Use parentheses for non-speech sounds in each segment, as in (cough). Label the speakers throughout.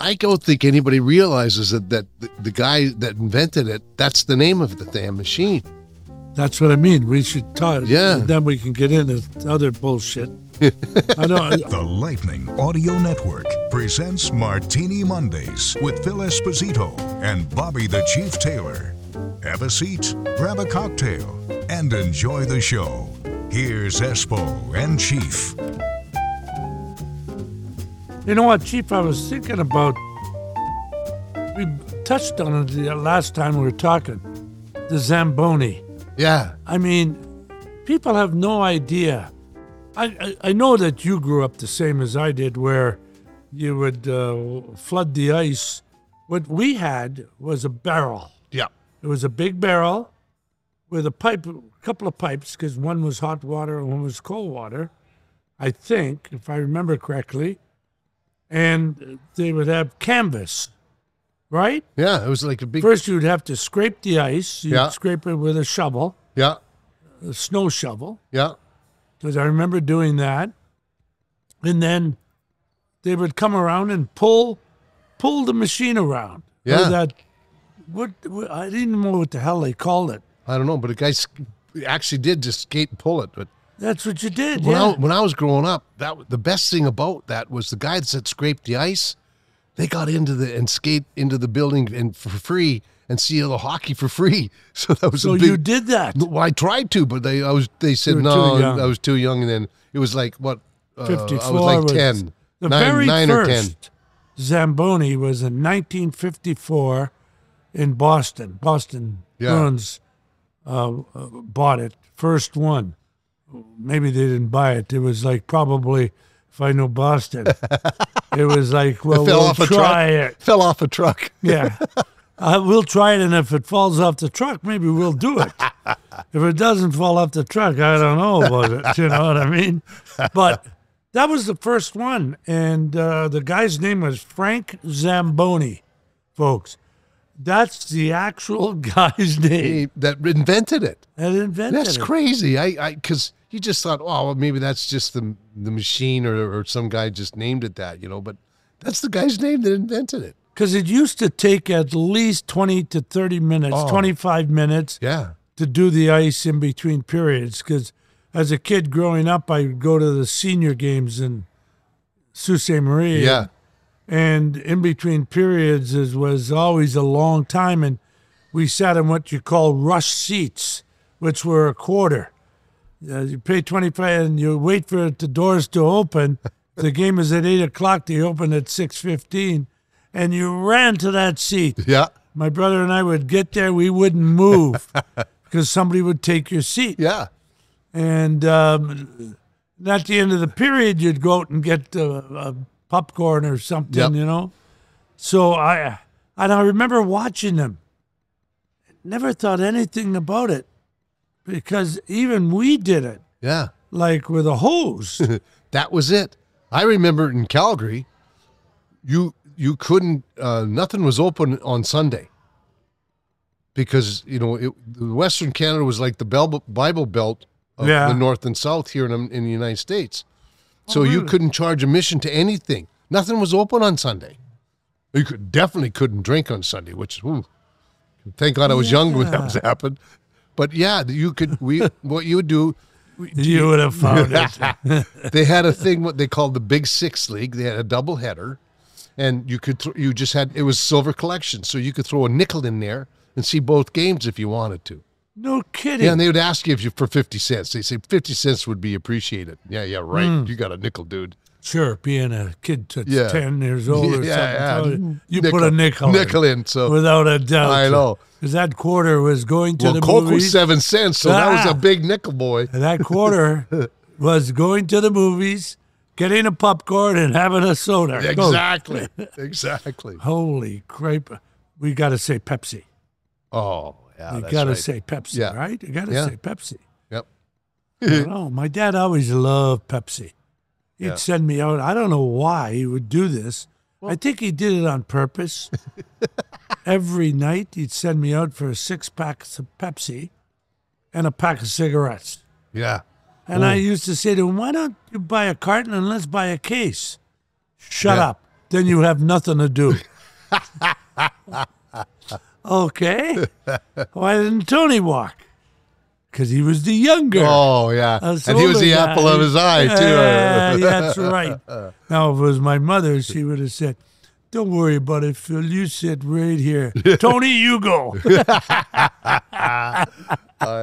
Speaker 1: I don't think anybody realizes that that the, the guy that invented it, that's the name of the damn machine.
Speaker 2: That's what I mean. We should talk.
Speaker 1: Yeah.
Speaker 2: Then we can get into other bullshit. I don't.
Speaker 3: The Lightning Audio Network presents Martini Mondays with Phil Esposito and Bobby the Chief Taylor. Have a seat, grab a cocktail, and enjoy the show. Here's Espo and Chief.
Speaker 2: You know what, Chief? I was thinking about. We touched on it the last time we were talking. The Zamboni.
Speaker 1: Yeah.
Speaker 2: I mean, people have no idea. I, I, I know that you grew up the same as I did, where you would uh, flood the ice. What we had was a barrel.
Speaker 1: Yeah.
Speaker 2: It was a big barrel with a pipe, a couple of pipes, because one was hot water and one was cold water, I think, if I remember correctly. And they would have canvas, right?
Speaker 1: Yeah. It was like a big.
Speaker 2: First, you'd have to scrape the ice. You'd
Speaker 1: Yeah.
Speaker 2: scrape it with a shovel,
Speaker 1: yeah.
Speaker 2: a snow shovel,
Speaker 1: Yeah.
Speaker 2: because I remember doing that. And then they would come around and pull, pull the machine around. Or
Speaker 1: Yeah.
Speaker 2: That, what, what I didn't know what the hell they called it.
Speaker 1: I don't know, but a guy sk- actually did just skate and pull it. But
Speaker 2: That's what you did.
Speaker 1: when,
Speaker 2: yeah.
Speaker 1: I, when I was growing up, that w- the best thing about that was the guys that scraped the ice, they got into the and skate into the building and for free and see the hockey for free. (laughs) So that was
Speaker 2: so
Speaker 1: a big,
Speaker 2: you did that.
Speaker 1: Well, I tried to, but they I was they said
Speaker 2: You were
Speaker 1: no,
Speaker 2: too young.
Speaker 1: I was too young, and then it was like what uh, I
Speaker 2: 54
Speaker 1: was like ten,
Speaker 2: The
Speaker 1: nine,
Speaker 2: very
Speaker 1: nine
Speaker 2: first
Speaker 1: or ten.
Speaker 2: Zamboni was in 1954 in Boston. Boston
Speaker 1: Yeah.
Speaker 2: Bruins uh, uh, bought it, first one. Maybe they didn't buy it. It was like probably, if I know Boston,
Speaker 1: (laughs)
Speaker 2: it was like, well,
Speaker 1: it fell
Speaker 2: we'll
Speaker 1: off a
Speaker 2: try
Speaker 1: truck.
Speaker 2: it.
Speaker 1: Fell off a
Speaker 2: (laughs)
Speaker 1: truck.
Speaker 2: Yeah.
Speaker 1: (laughs)
Speaker 2: Uh, we'll try it, and if it falls off the truck, maybe we'll
Speaker 1: (laughs)
Speaker 2: do it. if it doesn't fall off the truck, I don't know about it. You know what I mean? But that was the first one, and uh, the guy's name was Frank Zamboni, folks. That's the actual (laughs) guy's
Speaker 1: He-
Speaker 2: name
Speaker 1: that invented it.
Speaker 2: that invented
Speaker 1: That's
Speaker 2: it.
Speaker 1: crazy. I because you just thought, oh, well, maybe that's just the the machine or, or some guy just named it that, you know. But that's the guy's name that invented it.
Speaker 2: Because it used to take at least 20 to 30 minutes,
Speaker 1: Oh.
Speaker 2: 25 minutes
Speaker 1: Yeah,
Speaker 2: to do the ice in between periods because as a kid growing up, I would go to the senior games in Sault Ste. Marie.
Speaker 1: yeah,
Speaker 2: And in between periods is, was always a long time. And we sat in what you call rush seats, which were a quarter. Uh, you pay 25 and you wait for the doors to open. the game is at 8 o'clock. They open at 6.15. And you ran to that seat
Speaker 1: yeah,
Speaker 2: my brother and I would get there, we wouldn't
Speaker 1: (laughs)
Speaker 2: move because somebody would take your seat.
Speaker 1: yeah,
Speaker 2: And um, at the end of the period, you'd go out and get uh, uh, popcorn or something,
Speaker 1: Yep.
Speaker 2: you know. So I and I remember watching them. Never thought anything about it because even we did it
Speaker 1: yeah.
Speaker 2: like with
Speaker 1: (laughs)
Speaker 2: a hose.
Speaker 1: That was it. I remember in Calgary, you you couldn't uh, nothing was open on Sunday because you know it, Western Canada was like the Bel- Bible Belt of
Speaker 2: Yeah. Oh,
Speaker 1: the North and South here in, um, in the United States, so you
Speaker 2: really?
Speaker 1: couldn't charge admission to anything. Nothing was open on Sunday. You could definitely couldn't drink on Sunday, which ooh, thank God I was young when that was happened. But yeah, you could. We what you would do
Speaker 2: you would have found
Speaker 1: (laughs)
Speaker 2: it. (laughs)
Speaker 1: they had a thing what they called the Big Six League. They had a double header, and you could th- you just had it was silver collection, so you could throw a nickel in there and see both games if you wanted to.
Speaker 2: No kidding.
Speaker 1: Yeah, and they would ask you if you for fifty cents. They say fifty cents would be appreciated. Yeah, yeah, right.
Speaker 2: Hmm.
Speaker 1: You got a nickel, dude.
Speaker 2: Sure, being a kid that's
Speaker 1: Yeah.
Speaker 2: ten years old or
Speaker 1: Yeah,
Speaker 2: something,
Speaker 1: yeah.
Speaker 2: you put a nickel,
Speaker 1: nickel in. So
Speaker 2: without a doubt.
Speaker 1: Oh. I know.
Speaker 2: because that quarter was going to
Speaker 1: well,
Speaker 2: the
Speaker 1: Coke was
Speaker 2: movies.
Speaker 1: seven cents, so that was
Speaker 2: Ah.
Speaker 1: a big nickel, boy.
Speaker 2: and that
Speaker 1: (laughs)
Speaker 2: quarter was going to the movies, getting a popcorn and having a soda. Coke.
Speaker 1: Exactly,
Speaker 2: (laughs)
Speaker 1: exactly.
Speaker 2: Holy crap! We got to say Pepsi.
Speaker 1: Oh, yeah.
Speaker 2: you
Speaker 1: that's
Speaker 2: got to
Speaker 1: right.
Speaker 2: say Pepsi,
Speaker 1: Yeah.
Speaker 2: right? You got to
Speaker 1: Yeah.
Speaker 2: say Pepsi.
Speaker 1: Yep. (laughs)
Speaker 2: I don't know. oh, My dad always loved Pepsi. He'd
Speaker 1: Yeah.
Speaker 2: send me out. I don't know why he would do this. I think he did it
Speaker 1: (laughs)
Speaker 2: on purpose. Every night he'd send me out for a six pack of Pepsi and a pack of cigarettes.
Speaker 1: Yeah. Mm.
Speaker 2: And I used to say to him, Why don't you buy a carton and let's buy a case? Shut
Speaker 1: Yeah.
Speaker 2: up. then you have nothing
Speaker 1: (laughs)
Speaker 2: to do. okay. Why didn't Tony walk? Because he was the younger.
Speaker 1: Oh yeah,
Speaker 2: I was
Speaker 1: and he was
Speaker 2: older
Speaker 1: the
Speaker 2: guy.
Speaker 1: apple of his eye too.
Speaker 2: Yeah, yeah, that's right. Now, if it was my mother, she would have said, "Don't worry about it, Phil. You sit right
Speaker 1: (laughs)
Speaker 2: here, Tony. You go."
Speaker 1: (laughs) I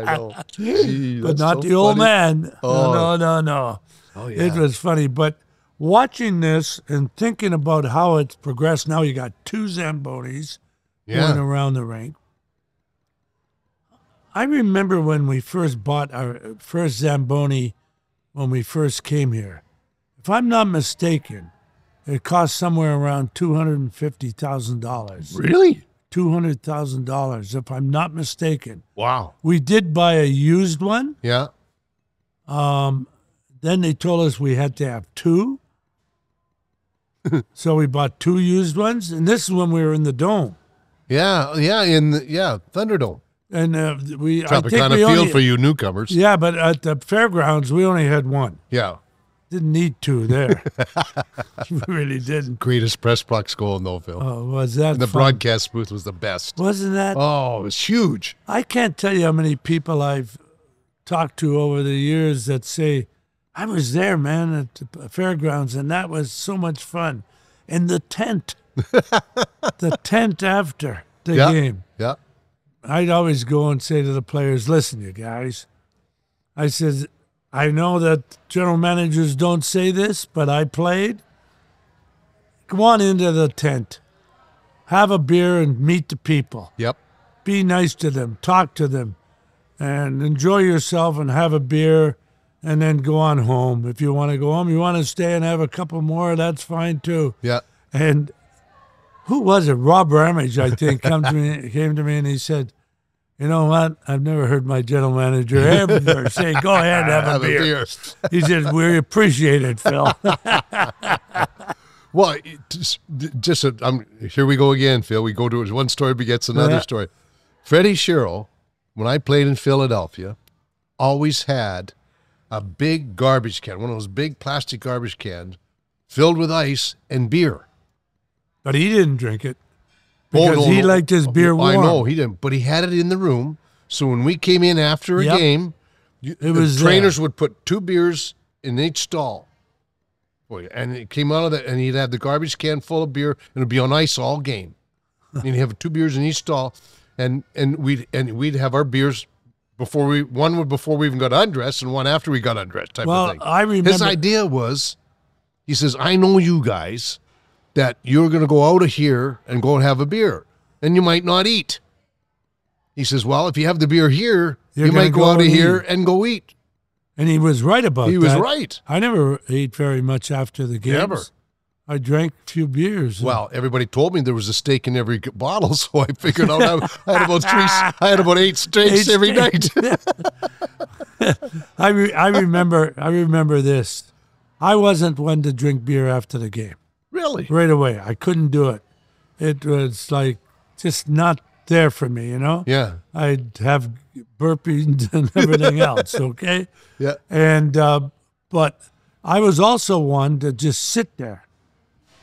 Speaker 1: know. Gee,
Speaker 2: but
Speaker 1: that's
Speaker 2: not
Speaker 1: so
Speaker 2: the old
Speaker 1: funny.
Speaker 2: man.
Speaker 1: Oh.
Speaker 2: No, no, no, no.
Speaker 1: Oh
Speaker 2: It was funny, but watching this and thinking about how it's progressed. Now you got two Zambonis going
Speaker 1: yeah.
Speaker 2: around the rink. I remember when we first bought our first Zamboni when we first came here. If I'm not mistaken, it cost somewhere around two hundred and fifty thousand dollars.
Speaker 1: Really?
Speaker 2: Two hundred thousand dollars, if I'm not mistaken.
Speaker 1: Wow.
Speaker 2: We did buy a used one.
Speaker 1: Yeah.
Speaker 2: Um, then they told us we had to have
Speaker 1: (laughs)
Speaker 2: two. so we bought two used ones, and this is when we were in the dome.
Speaker 1: Yeah. Yeah. In the, yeah Thunderdome,
Speaker 2: And uh, we I think
Speaker 1: Tropicana
Speaker 2: we
Speaker 1: Field
Speaker 2: only,
Speaker 1: for you newcomers. Yeah.
Speaker 2: (laughs) Yeah, but at the fairgrounds we only had one. Didn't need two
Speaker 1: (laughs)
Speaker 2: there. we really didn't.
Speaker 1: Greatest press box goal in Phil.
Speaker 2: Oh, was that
Speaker 1: and the
Speaker 2: fun.
Speaker 1: broadcast booth was the best.
Speaker 2: Wasn't that?
Speaker 1: Oh, it was huge.
Speaker 2: I can't tell you how many people I've talked to over the years that say, I was there, man, at the p- fairgrounds, and that was so much fun. And
Speaker 1: (laughs)
Speaker 2: the tent, the tent after the
Speaker 1: yeah.
Speaker 2: game,
Speaker 1: Yeah.
Speaker 2: I'd always go and say to the players, listen, you guys, I says, I know that general managers don't say this, but I played. Come on into the tent, have a beer, and meet the people
Speaker 1: Yep.
Speaker 2: be nice to them, talk to them, and enjoy yourself and have a beer and then go on home. If you want to go home, you want to stay and have a couple more, that's fine too.
Speaker 1: Yeah.
Speaker 2: And who was it? Rob Ramage, I think, come
Speaker 1: (laughs)
Speaker 2: to me, came to me and he said, You know what? I've never heard my general
Speaker 1: (laughs)
Speaker 2: manager ever say, Go ahead and have a
Speaker 1: Have a
Speaker 2: beer.
Speaker 1: beer.
Speaker 2: He said, We appreciate
Speaker 1: (laughs)
Speaker 2: it, Phil.
Speaker 1: Well, it- just, just a, I'm, here we go again, Phil. We go to one story begets another
Speaker 2: Yeah.
Speaker 1: story. Freddie Sherrill, when I played in Philadelphia, always had a big garbage can, one of those big plastic garbage cans filled with ice and beer.
Speaker 2: but he didn't drink it.
Speaker 1: Oh,
Speaker 2: Because
Speaker 1: no,
Speaker 2: he
Speaker 1: no.
Speaker 2: liked his beer warm.
Speaker 1: I know he didn't, but he had it in the room. So when we came in after a
Speaker 2: Yep.
Speaker 1: game, you, the
Speaker 2: was there.
Speaker 1: trainers would put two beers in each stall. Boy, and it came out of that, and he'd have the garbage can full of beer, and it'd be on ice all
Speaker 2: (laughs)
Speaker 1: game. and he'd have two beers in each stall, and and we'd and we'd have our beers before we one would before we even got undressed, and one after we got undressed. Type of
Speaker 2: Well,
Speaker 1: thing.
Speaker 2: I remember.
Speaker 1: His idea was, he says, I know you guys that you're going to go out of here and go and have a beer, and you might not eat. He says, Well, if you have the beer here,
Speaker 2: You're
Speaker 1: you
Speaker 2: gonna
Speaker 1: might go,
Speaker 2: go
Speaker 1: out of
Speaker 2: and
Speaker 1: here
Speaker 2: eat."
Speaker 1: and go eat.
Speaker 2: And he was right about
Speaker 1: He
Speaker 2: that.
Speaker 1: was right.
Speaker 2: I never ate very much after the games.
Speaker 1: Never.
Speaker 2: I drank a few beers.
Speaker 1: Well, everybody told me there was a steak in every g- bottle, (laughs) so I figured out I, I had about three, s- I had about eight steaks
Speaker 2: Eight
Speaker 1: every
Speaker 2: steaks.
Speaker 1: night. (laughs)
Speaker 2: (laughs) I re- I remember I remember this. I wasn't one to drink beer after the game
Speaker 1: really?
Speaker 2: right away. I couldn't do it. It was like just not there for me, you know.
Speaker 1: Yeah,
Speaker 2: I'd have burpees and (laughs) everything else. Okay.
Speaker 1: yeah,
Speaker 2: And uh, but I was also one to just sit there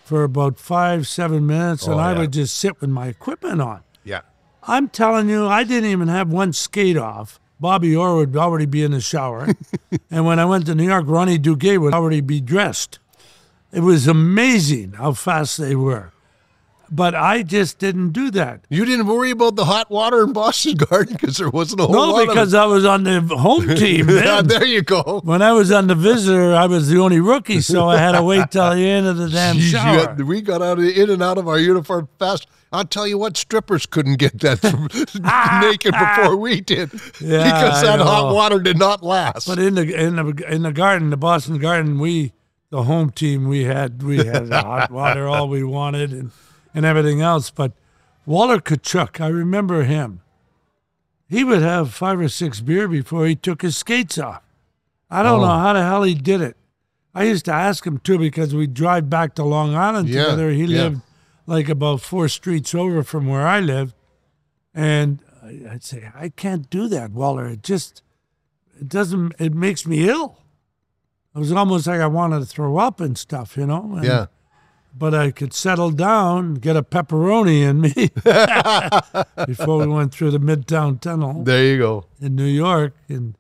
Speaker 2: for about five seven minutes, and
Speaker 1: Oh,
Speaker 2: I
Speaker 1: yeah.
Speaker 2: would just sit with my equipment on.
Speaker 1: yeah.
Speaker 2: I'm telling you, I didn't even have one skate off. Bobby Orr would already be in
Speaker 1: (laughs)
Speaker 2: the shower. and when I went to New York, Ronnie Duguay would already be dressed. It was amazing how fast they were. But I just didn't do that.
Speaker 1: You didn't worry about the hot water in Boston Garden because there wasn't a whole lot
Speaker 2: No,
Speaker 1: of (laughs)
Speaker 2: because I was on the home team.
Speaker 1: it. Yeah,
Speaker 2: then.
Speaker 1: there you go.
Speaker 2: When I was on the visitor, I was the only rookie, so I had to wait till the end of the damn
Speaker 1: Jeez, you
Speaker 2: shower.
Speaker 1: had- we got out of, in and out of our uniform fast. I'll tell you what, strippers couldn't get that (laughs) naked before we did
Speaker 2: Yeah,
Speaker 1: because
Speaker 2: I
Speaker 1: that hot
Speaker 2: know.
Speaker 1: water did not last.
Speaker 2: But in the in the in the garden, the Boston Garden, we the home team we had we had the
Speaker 1: (laughs)
Speaker 2: hot water all we wanted and and everything else. But Walter Kachuk, I remember him. He would have five or six beer before he took his skates off. I don't
Speaker 1: Oh.
Speaker 2: know how the hell he did it. I used to ask him too because we'd drive back to Long Island
Speaker 1: Yeah,
Speaker 2: together. He
Speaker 1: yeah.
Speaker 2: lived like about four streets over from where I lived, and I- I'd say I can't do that, Walter. It just it doesn't it makes me ill it was almost like i wanted to throw up and stuff you know and,
Speaker 1: yeah,
Speaker 2: but I could settle down, get a pepperoni in
Speaker 1: (laughs)
Speaker 2: me before we went through the Midtown Tunnel
Speaker 1: There you go.
Speaker 2: in New York and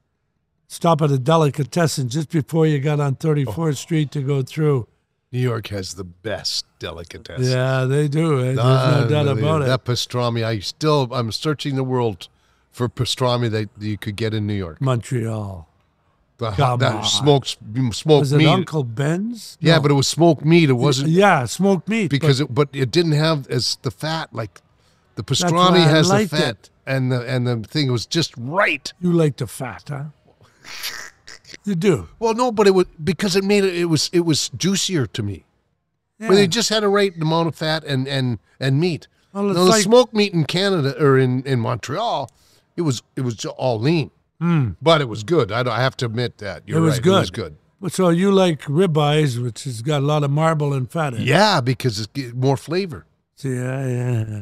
Speaker 2: stop at a delicatessen just before you got on 34th Street to go through.
Speaker 1: New York has the best delicatessen.
Speaker 2: Yeah, they do. eh? There's no doubt about it.
Speaker 1: That pastrami, I still, I'm searching the world for pastrami that you could get in New York.
Speaker 2: Montreal.
Speaker 1: The,
Speaker 2: Come
Speaker 1: that
Speaker 2: on.
Speaker 1: smoked smoked
Speaker 2: Was it
Speaker 1: meat.
Speaker 2: Uncle Ben's?
Speaker 1: Yeah,
Speaker 2: No.
Speaker 1: but it was smoked meat. It wasn't
Speaker 2: yeah, smoked meat. but-
Speaker 1: because it, but it didn't have as the fat like the
Speaker 2: why
Speaker 1: pastrami
Speaker 2: I
Speaker 1: has the
Speaker 2: liked
Speaker 1: fat
Speaker 2: it.
Speaker 1: and the and the thing was just right.
Speaker 2: You like the fat, huh? You do.
Speaker 1: Well, no, but it was because it made it. It was it was juicier to me.
Speaker 2: Yeah.
Speaker 1: But they just had a right amount of fat and and and meat.
Speaker 2: Well, it's
Speaker 1: now, the
Speaker 2: like-
Speaker 1: smoked meat in Canada or in, in Montreal, it was it was ju- all lean, but it was good. I, don't- I have to admit that you're
Speaker 2: Hmm. It was
Speaker 1: right. It was
Speaker 2: good.
Speaker 1: good.
Speaker 2: so you like ribeyes, which has got a lot of marble and fat in it.
Speaker 1: Yeah, because it's get more flavor.
Speaker 2: See, yeah, yeah,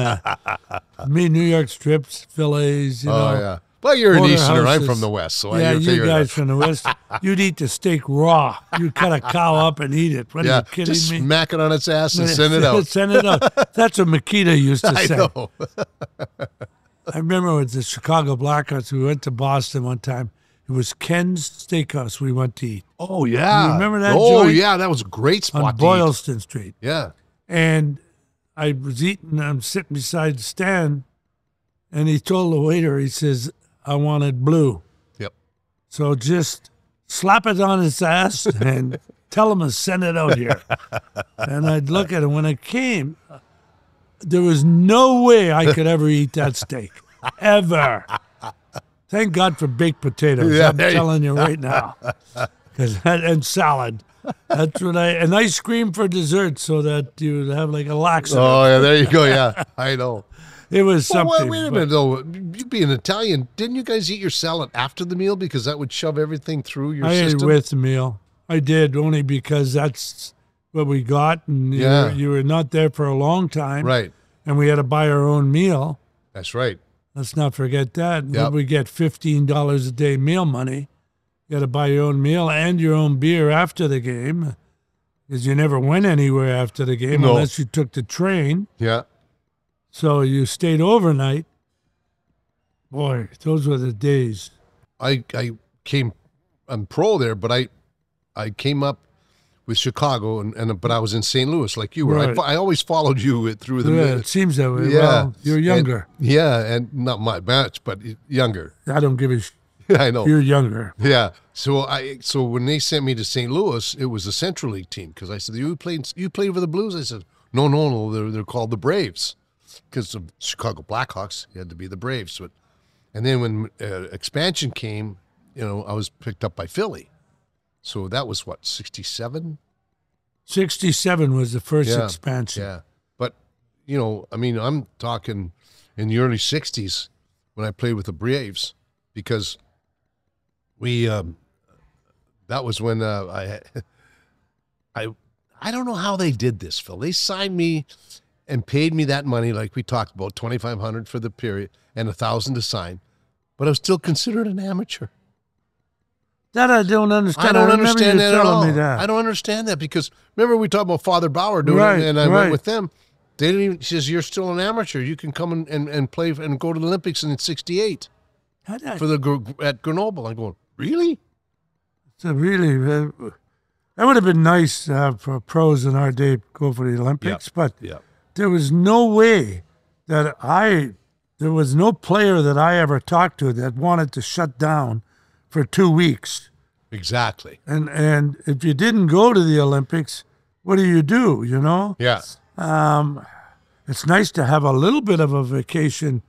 Speaker 2: yeah, yeah. (laughs) Me, New York strips, fillets, you
Speaker 1: Oh
Speaker 2: know.
Speaker 1: yeah. Well, you're an Easterner. I'm
Speaker 2: porterhouses.
Speaker 1: from the West, so
Speaker 2: yeah,
Speaker 1: I
Speaker 2: you
Speaker 1: figured
Speaker 2: guys
Speaker 1: that.
Speaker 2: from
Speaker 1: (laughs)
Speaker 2: the West, you'd eat the steak raw. You'd cut a cow up and eat it. What are
Speaker 1: Yeah,
Speaker 2: you kidding
Speaker 1: just
Speaker 2: me?
Speaker 1: smack it on its ass
Speaker 2: (laughs)
Speaker 1: and send it out.
Speaker 2: Send it out. That's what Makita used to
Speaker 1: (laughs) I
Speaker 2: say.
Speaker 1: know.
Speaker 2: I remember with the Chicago Blackhawks, we went to Boston one time. It was Ken's Steakhouse we went to eat
Speaker 1: Oh yeah.
Speaker 2: You remember that
Speaker 1: Oh
Speaker 2: joint?
Speaker 1: yeah, that was a great
Speaker 2: on
Speaker 1: spot. to eat.
Speaker 2: Boylston Street.
Speaker 1: Yeah.
Speaker 2: And I was eating, I'm sitting beside Stan, and he told the waiter, he says, I wanted blue.
Speaker 1: Yep.
Speaker 2: So just slap it on his ass and tell him to send it out here. and I'd look at it. When it came, there was no way I could ever eat that steak, ever. Thank God for baked potatoes.
Speaker 1: Yeah,
Speaker 2: I'm
Speaker 1: there you-
Speaker 2: telling you right now. 'Cause that- and salad. That's what I, and ice cream for dessert so that you would have like a laxative.
Speaker 1: Oh yeah, there you go. Yeah, (laughs) I know.
Speaker 2: it was
Speaker 1: Oh. Well, wait-
Speaker 2: something.
Speaker 1: wait a
Speaker 2: but-
Speaker 1: minute though. You'd be an Italian. Didn't you guys eat your salad after the meal because that would shove everything through your
Speaker 2: I
Speaker 1: system?
Speaker 2: ate with the meal. I did only because that's what we got, and you,
Speaker 1: Yeah.
Speaker 2: were, you were not there for a long time,
Speaker 1: Right.
Speaker 2: And we had to buy our own meal.
Speaker 1: That's right.
Speaker 2: Let's not forget that. And
Speaker 1: Yep.
Speaker 2: We get fifteen dollars a day meal money. You had to buy your own meal and your own beer after the game, because you never went anywhere after the game
Speaker 1: No.
Speaker 2: unless you took the train.
Speaker 1: Yeah.
Speaker 2: So you stayed overnight. Boy, those were the days.
Speaker 1: I I came. I'm pro there, but I I came up with Chicago and, and but I was in St. Louis like you were. I
Speaker 2: Right.
Speaker 1: fo- I, always followed you through the
Speaker 2: Yeah, it seems that way. Well, you're
Speaker 1: And-
Speaker 2: younger.
Speaker 1: yeah, and not my batch, but y- younger. (laughs)
Speaker 2: I don't give a. Sh-
Speaker 1: I know.
Speaker 2: you're younger.
Speaker 1: Yeah. So I so when they sent me to St. Louis, it was the Central League team because I said you played you played for the Blues. I said no, no, no. They're they're called the Braves because the Chicago Blackhawks it had to be the Braves. But and then when uh, expansion came, you know, I was picked up by Philly. So that was what sixty seven.
Speaker 2: 67 was the first
Speaker 1: Yeah,
Speaker 2: expansion.
Speaker 1: Yeah. But you know, I mean, I'm talking in the early '60s when I played with the Braves because we um, that was when uh, I had- I (laughs) I don't know how they did this, Phil. They signed me and paid me that money, like we talked about, twenty five hundred for the period and a thousand to sign. But I was still considered an amateur.
Speaker 2: That I don't understand.
Speaker 1: I don't
Speaker 2: remember
Speaker 1: understand
Speaker 2: you
Speaker 1: that at
Speaker 2: telling
Speaker 1: all.
Speaker 2: Me that.
Speaker 1: I don't understand that because remember we talked about Father Bauer doing
Speaker 2: Right,
Speaker 1: it, and I
Speaker 2: right.
Speaker 1: went with them. They didn't even. She says you're still an amateur. You can come and, and, and play and go to the Olympics in '68
Speaker 2: How did I-
Speaker 1: for the Gr- at Grenoble. I'm going really?
Speaker 2: so really, uh, that would have been nice uh, for pros in our day to go for the Olympics, but
Speaker 1: Yeah.
Speaker 2: there was no way that I, there was no player that I ever talked to that wanted to shut down for two weeks.
Speaker 1: Exactly.
Speaker 2: And and if you didn't go to the Olympics, what do you do? You know,
Speaker 1: Yeah.
Speaker 2: Um, it's nice to have a little bit of a vacation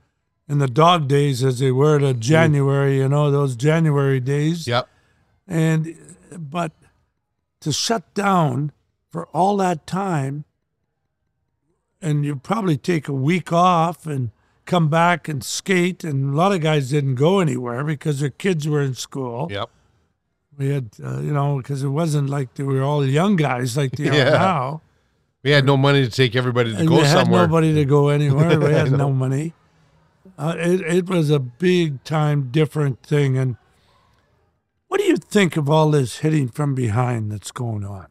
Speaker 2: in the dog days as they were to January, you know, those January days.
Speaker 1: Yep.
Speaker 2: And but to shut down for all that time and you probably take a week off and come back and skate and a lot of guys didn't go anywhere because their kids were in school.
Speaker 1: Yep.
Speaker 2: We had uh, you know because it wasn't like they were all young guys like they
Speaker 1: Yeah.
Speaker 2: are now.
Speaker 1: We had no money to take everybody to
Speaker 2: And
Speaker 1: go
Speaker 2: we had
Speaker 1: somewhere.
Speaker 2: nobody to go
Speaker 1: (laughs)
Speaker 2: anywhere. We
Speaker 1: I
Speaker 2: had
Speaker 1: know.
Speaker 2: no money. Uh, it, it was a big time different thing. And what do you think of all this hitting from behind that's going on?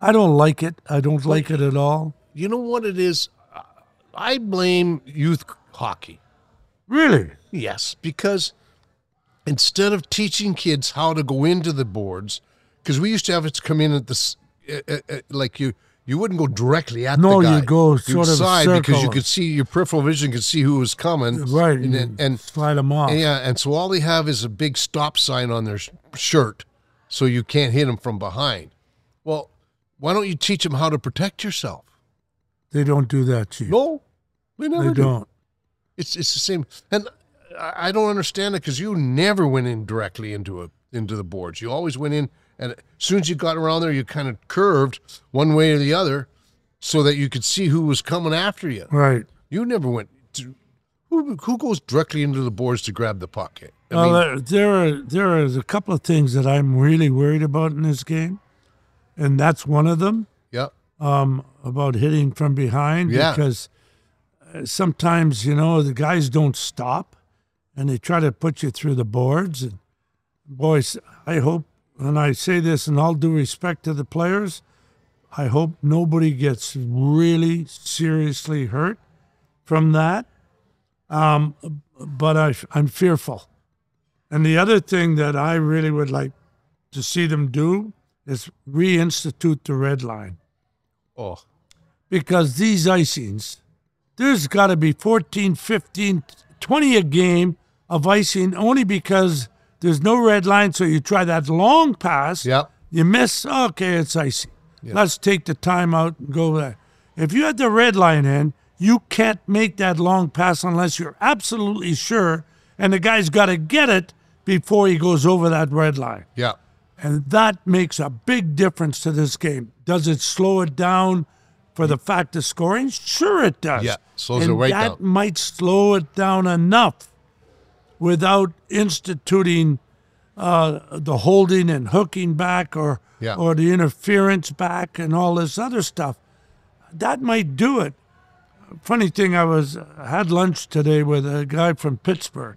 Speaker 2: I don't like it. I don't like it at all.
Speaker 1: You know what it is? I blame youth hockey.
Speaker 2: Really?
Speaker 1: Yes, because instead of teaching kids how to go into the boards, because we used to have it to come in at this, eh, like you, you wouldn't go directly at
Speaker 2: No,
Speaker 1: the guy.
Speaker 2: you go
Speaker 1: You'd
Speaker 2: sort of
Speaker 1: side because you
Speaker 2: circle.
Speaker 1: could see your peripheral vision could see who was coming.
Speaker 2: Right.
Speaker 1: and and,
Speaker 2: and
Speaker 1: and
Speaker 2: slide them off.
Speaker 1: yeah, and so all they have is a big stop sign on their sh- shirt, so you can't hit them from behind. Well, why don't you teach them how to protect yourself?
Speaker 2: They don't do that, Chief.
Speaker 1: No, we never
Speaker 2: they
Speaker 1: do.
Speaker 2: don't.
Speaker 1: It's it's the same, and I I don't understand it because you never went in directly into a into the boards. You always went in, and as soon as you got around there, you kind of curved one way or the other, so that you could see who was coming after you.
Speaker 2: Right.
Speaker 1: You never went. To, who who goes directly into the boards to grab the puck? I
Speaker 2: Well,
Speaker 1: mean,
Speaker 2: there, there are there is a couple of things that I'm really worried about in this game, and that's one of them.
Speaker 1: yeah,
Speaker 2: um, about hitting from behind
Speaker 1: Yeah.
Speaker 2: because uh, sometimes you know the guys don't stop and they try to put you through the boards and boys i hope and i say this in all due respect to the players i hope nobody gets really seriously hurt from that um, but I, i'm fearful and the other thing that i really would like to see them do is reinstitute the red line
Speaker 1: oh.
Speaker 2: because these icings, there's got to be 14, 15, 20 a game of icing only because there's no red line. So you try that long pass,
Speaker 1: Yep.
Speaker 2: you miss, okay, it's icing. Let's take the time out and go there. If you had the red line in, you can't make that long pass unless you're absolutely sure, and the guy's got to get it before he goes over that red line.
Speaker 1: Yeah.
Speaker 2: And that makes a big difference to this game. Does it slow it down for the fact of scoring? Sure, it does.
Speaker 1: Yeah, slows
Speaker 2: and
Speaker 1: it right
Speaker 2: that
Speaker 1: down.
Speaker 2: might slow it down enough without instituting uh, the holding and hooking back or,
Speaker 1: Yeah.
Speaker 2: or the interference back and all this other stuff. That might do it. Funny thing, I was I had lunch today with a guy from Pittsburgh,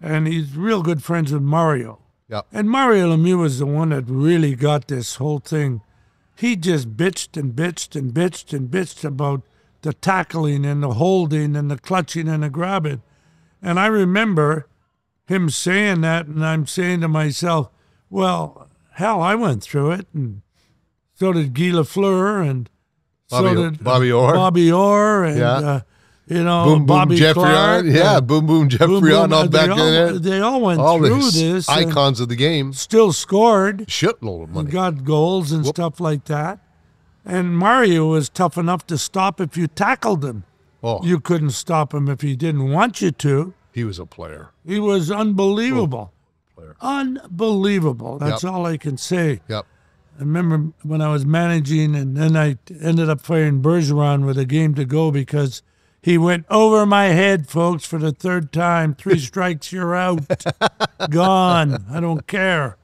Speaker 2: and he's real good friends with Mario.
Speaker 1: Yeah.
Speaker 2: And Mario Lemieux was the one that really got this whole thing. He just bitched and bitched and bitched and bitched about the tackling and the holding and the clutching and the grabbing. And I remember him saying that, and I'm saying to myself, well, hell, I went through it, and so did Guy Lafleur, and
Speaker 1: Bobby-
Speaker 2: so did uh,
Speaker 1: Bobby Orr.
Speaker 2: Bobby Orr, and,
Speaker 1: Yeah.
Speaker 2: uh, you know,
Speaker 1: Boom, boom,
Speaker 2: Bobby
Speaker 1: Jeffrey
Speaker 2: Clark.
Speaker 1: on. Yeah,
Speaker 2: and
Speaker 1: boom, boom, Jeffrey
Speaker 2: Boom
Speaker 1: on.
Speaker 2: Boom, uh,
Speaker 1: All
Speaker 2: they
Speaker 1: back
Speaker 2: all-
Speaker 1: in there.
Speaker 2: They all went
Speaker 1: All the
Speaker 2: through
Speaker 1: s-
Speaker 2: this. and-
Speaker 1: icons of the game.
Speaker 2: still scored,
Speaker 1: Shitload of money.
Speaker 2: got goals and stuff like that. And Mario was tough enough to stop if you tackled him.
Speaker 1: Oh,
Speaker 2: You couldn't stop him if he didn't want you to.
Speaker 1: he was a player.
Speaker 2: He was unbelievable.
Speaker 1: player.
Speaker 2: Unbelievable. That's
Speaker 1: Yep.
Speaker 2: all I can say.
Speaker 1: Yep.
Speaker 2: I remember when I was managing, and then I ended up firing Bergeron with a game to go because he went over my head, folks, for the third time. Three strikes, you're out. Gone. I don't care.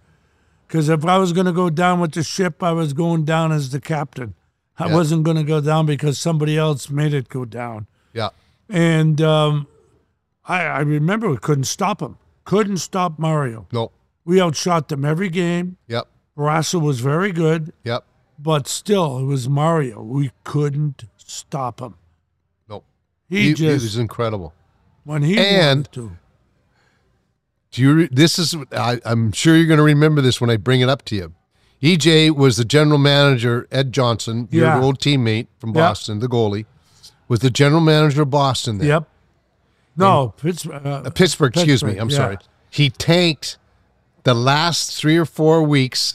Speaker 2: Because if I was going to go down with the ship, I was going down as the captain. I
Speaker 1: Yeah.
Speaker 2: wasn't going to go down because somebody else made it go down.
Speaker 1: Yeah.
Speaker 2: And um, I, I remember we couldn't stop him. Couldn't stop Mario.
Speaker 1: No.
Speaker 2: We outshot them every game.
Speaker 1: Yep.
Speaker 2: Barassa was very good
Speaker 1: Yep.
Speaker 2: but still, it was Mario. We couldn't stop him.
Speaker 1: No.
Speaker 2: He,
Speaker 1: he
Speaker 2: just
Speaker 1: was incredible.
Speaker 2: when he
Speaker 1: and-
Speaker 2: wanted to.
Speaker 1: Do you? Re- this is. I, I'm sure you're going to remember this when I bring it up to you. EJ was the general manager. Ed Johnson, your
Speaker 2: Yeah.
Speaker 1: old teammate from Boston, the goalie, was the general manager of Boston. Then.
Speaker 2: Yep. No, Pittsburgh. Uh,
Speaker 1: Pittsburgh, excuse me.
Speaker 2: Pittsburgh,
Speaker 1: I'm
Speaker 2: yeah.
Speaker 1: sorry. He tanked the last three or four weeks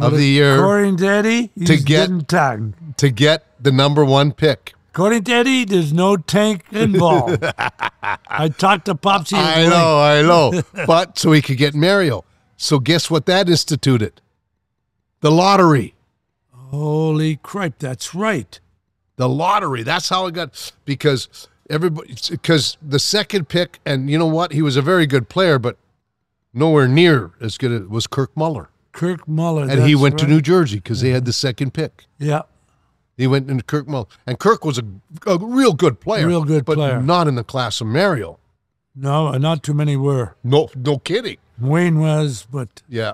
Speaker 1: of the year
Speaker 2: According to Eddie, he's
Speaker 1: to get-
Speaker 2: getting tagged.
Speaker 1: to get the number one pick.
Speaker 2: According to Eddie, there's no tank
Speaker 1: (laughs)
Speaker 2: involved. I talked to (laughs) Popsy. at
Speaker 1: I
Speaker 2: length.
Speaker 1: know, I know.
Speaker 2: (laughs)
Speaker 1: but so he could get Mario. So guess what that instituted? The lottery.
Speaker 2: Holy crap, that's right.
Speaker 1: The lottery. That's how it got because everybody because the second pick and you know what? He was a very good player, but nowhere near as good as was Kirk Muller.
Speaker 2: Kirk Muller.
Speaker 1: And he
Speaker 2: that's
Speaker 1: went to
Speaker 2: right.
Speaker 1: New Jersey because they had the second pick.
Speaker 2: Yeah.
Speaker 1: He went into Kirk Muller. And Kirk was a, a real good player.
Speaker 2: Real good
Speaker 1: but
Speaker 2: player.
Speaker 1: Not in the class of Mario.
Speaker 2: No, uh, not too many were.
Speaker 1: No no kidding.
Speaker 2: Wayne was, but
Speaker 1: Yeah.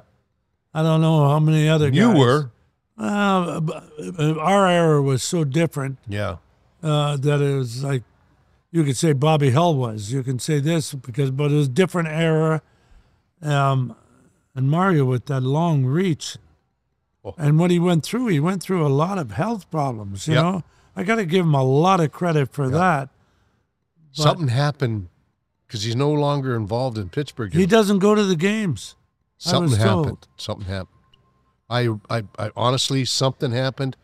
Speaker 2: I don't know how many other guys.
Speaker 1: You were.
Speaker 2: Uh, b- uh, our era was so different
Speaker 1: Yeah.
Speaker 2: uh, that it was like you could say Bobby Hell was. You can say this because, but it was different era. Um, and Mario with that long reach,
Speaker 1: Oh.
Speaker 2: and what he went through, he went through a lot of health problems. You
Speaker 1: Yep.
Speaker 2: know, I got to give him a lot of credit for that.
Speaker 1: Something happened because he's no longer involved in Pittsburgh.
Speaker 2: He doesn't go to the games. I
Speaker 1: something
Speaker 2: was
Speaker 1: happened.
Speaker 2: told.
Speaker 1: Something happened. I, I, I honestly, something happened,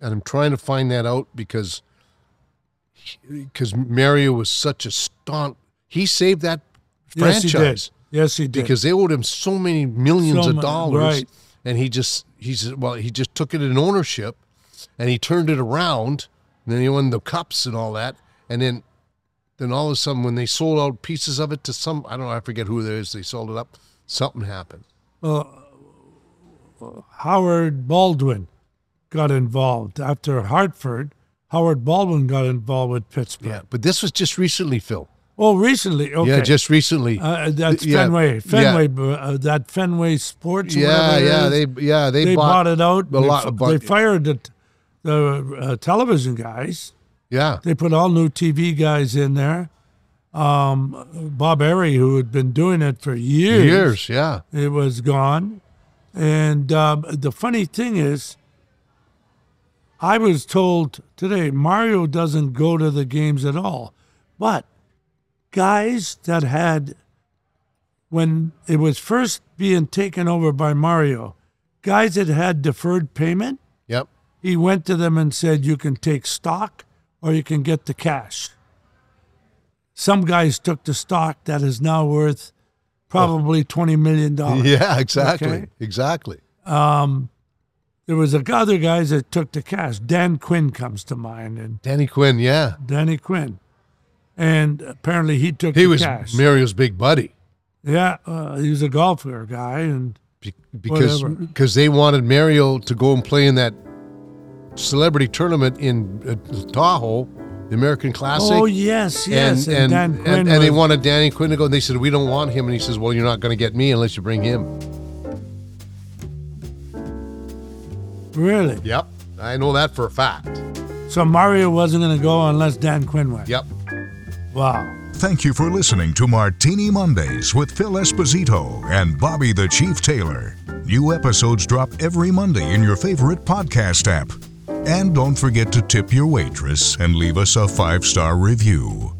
Speaker 1: and I'm trying to find that out because because Mario was such a staunch. He saved that
Speaker 2: Yes,
Speaker 1: franchise
Speaker 2: he did. Yes, he did.
Speaker 1: because they owed him so many millions
Speaker 2: So
Speaker 1: of
Speaker 2: mu-
Speaker 1: dollars,
Speaker 2: right.
Speaker 1: and he just he said, well, he just took it in ownership, and he turned it around. And then he won the cups and all that, and then then all of a sudden when they sold out pieces of it to some I don't know I forget who it is they sold it up. Something happened.
Speaker 2: Howard Baldwin got involved after Hartford. Howard Baldwin got involved with Pittsburgh.
Speaker 1: Yeah, but this was just recently, Phil.
Speaker 2: Oh, recently. Okay.
Speaker 1: Yeah, just recently.
Speaker 2: Uh, that's
Speaker 1: Yeah,
Speaker 2: Fenway.
Speaker 1: yeah.
Speaker 2: Fenway. Uh, that Fenway Sports. or
Speaker 1: yeah,
Speaker 2: whatever it
Speaker 1: yeah,
Speaker 2: is.
Speaker 1: they yeah they,
Speaker 2: They bought, it out.
Speaker 1: a
Speaker 2: they,
Speaker 1: lot.
Speaker 2: f-
Speaker 1: bought-
Speaker 2: they fired the, t- the uh, television guys.
Speaker 1: yeah,
Speaker 2: They put all new TV guys in there. Um, Bob Airy, who had been doing it for years,
Speaker 1: years. Yeah,
Speaker 2: it was gone. And um, the funny thing is, I was told today Mario doesn't go to the games at all. But guys that had, when it was first being taken over by Mario, guys that had deferred payment,
Speaker 1: yep. (laughs)
Speaker 2: he went to them and said, You can take stock or you can get the cash. Some guys took the stock that is now worth probably $20 million.
Speaker 1: Yeah, exactly,
Speaker 2: Okay.
Speaker 1: exactly.
Speaker 2: There was a g- other guys that took the cash. Dan Quinn comes to mind, and
Speaker 1: Danny Quinn. Yeah,
Speaker 2: Danny Quinn, and apparently he took
Speaker 1: he
Speaker 2: the
Speaker 1: was
Speaker 2: cash.
Speaker 1: Mario's big buddy
Speaker 2: yeah, uh, he was a golfer guy, and
Speaker 1: be- because
Speaker 2: Whatever.
Speaker 1: because they wanted Mario to go and play in that celebrity tournament in uh, Tahoe, the American Classic.
Speaker 2: oh yes, yes, and,
Speaker 1: Ah, and,
Speaker 2: Dan
Speaker 1: and,
Speaker 2: Quinn
Speaker 1: and, they
Speaker 2: was-
Speaker 1: wanted Danny Quinn to go. And they said, "We don't want him." And he says, "Well, you're not going to get me unless you bring him."
Speaker 2: really.
Speaker 1: Yep, I know that for a fact.
Speaker 2: So Mario wasn't going to go unless Dan Quinn went.
Speaker 1: Yep.
Speaker 2: Wow.
Speaker 3: Thank you for listening to Martini Mondays with Phil Esposito and Bobby the Chief Taylor. New episodes drop every Monday in your favorite podcast app. And don't forget to tip your waitress and leave us a five star review.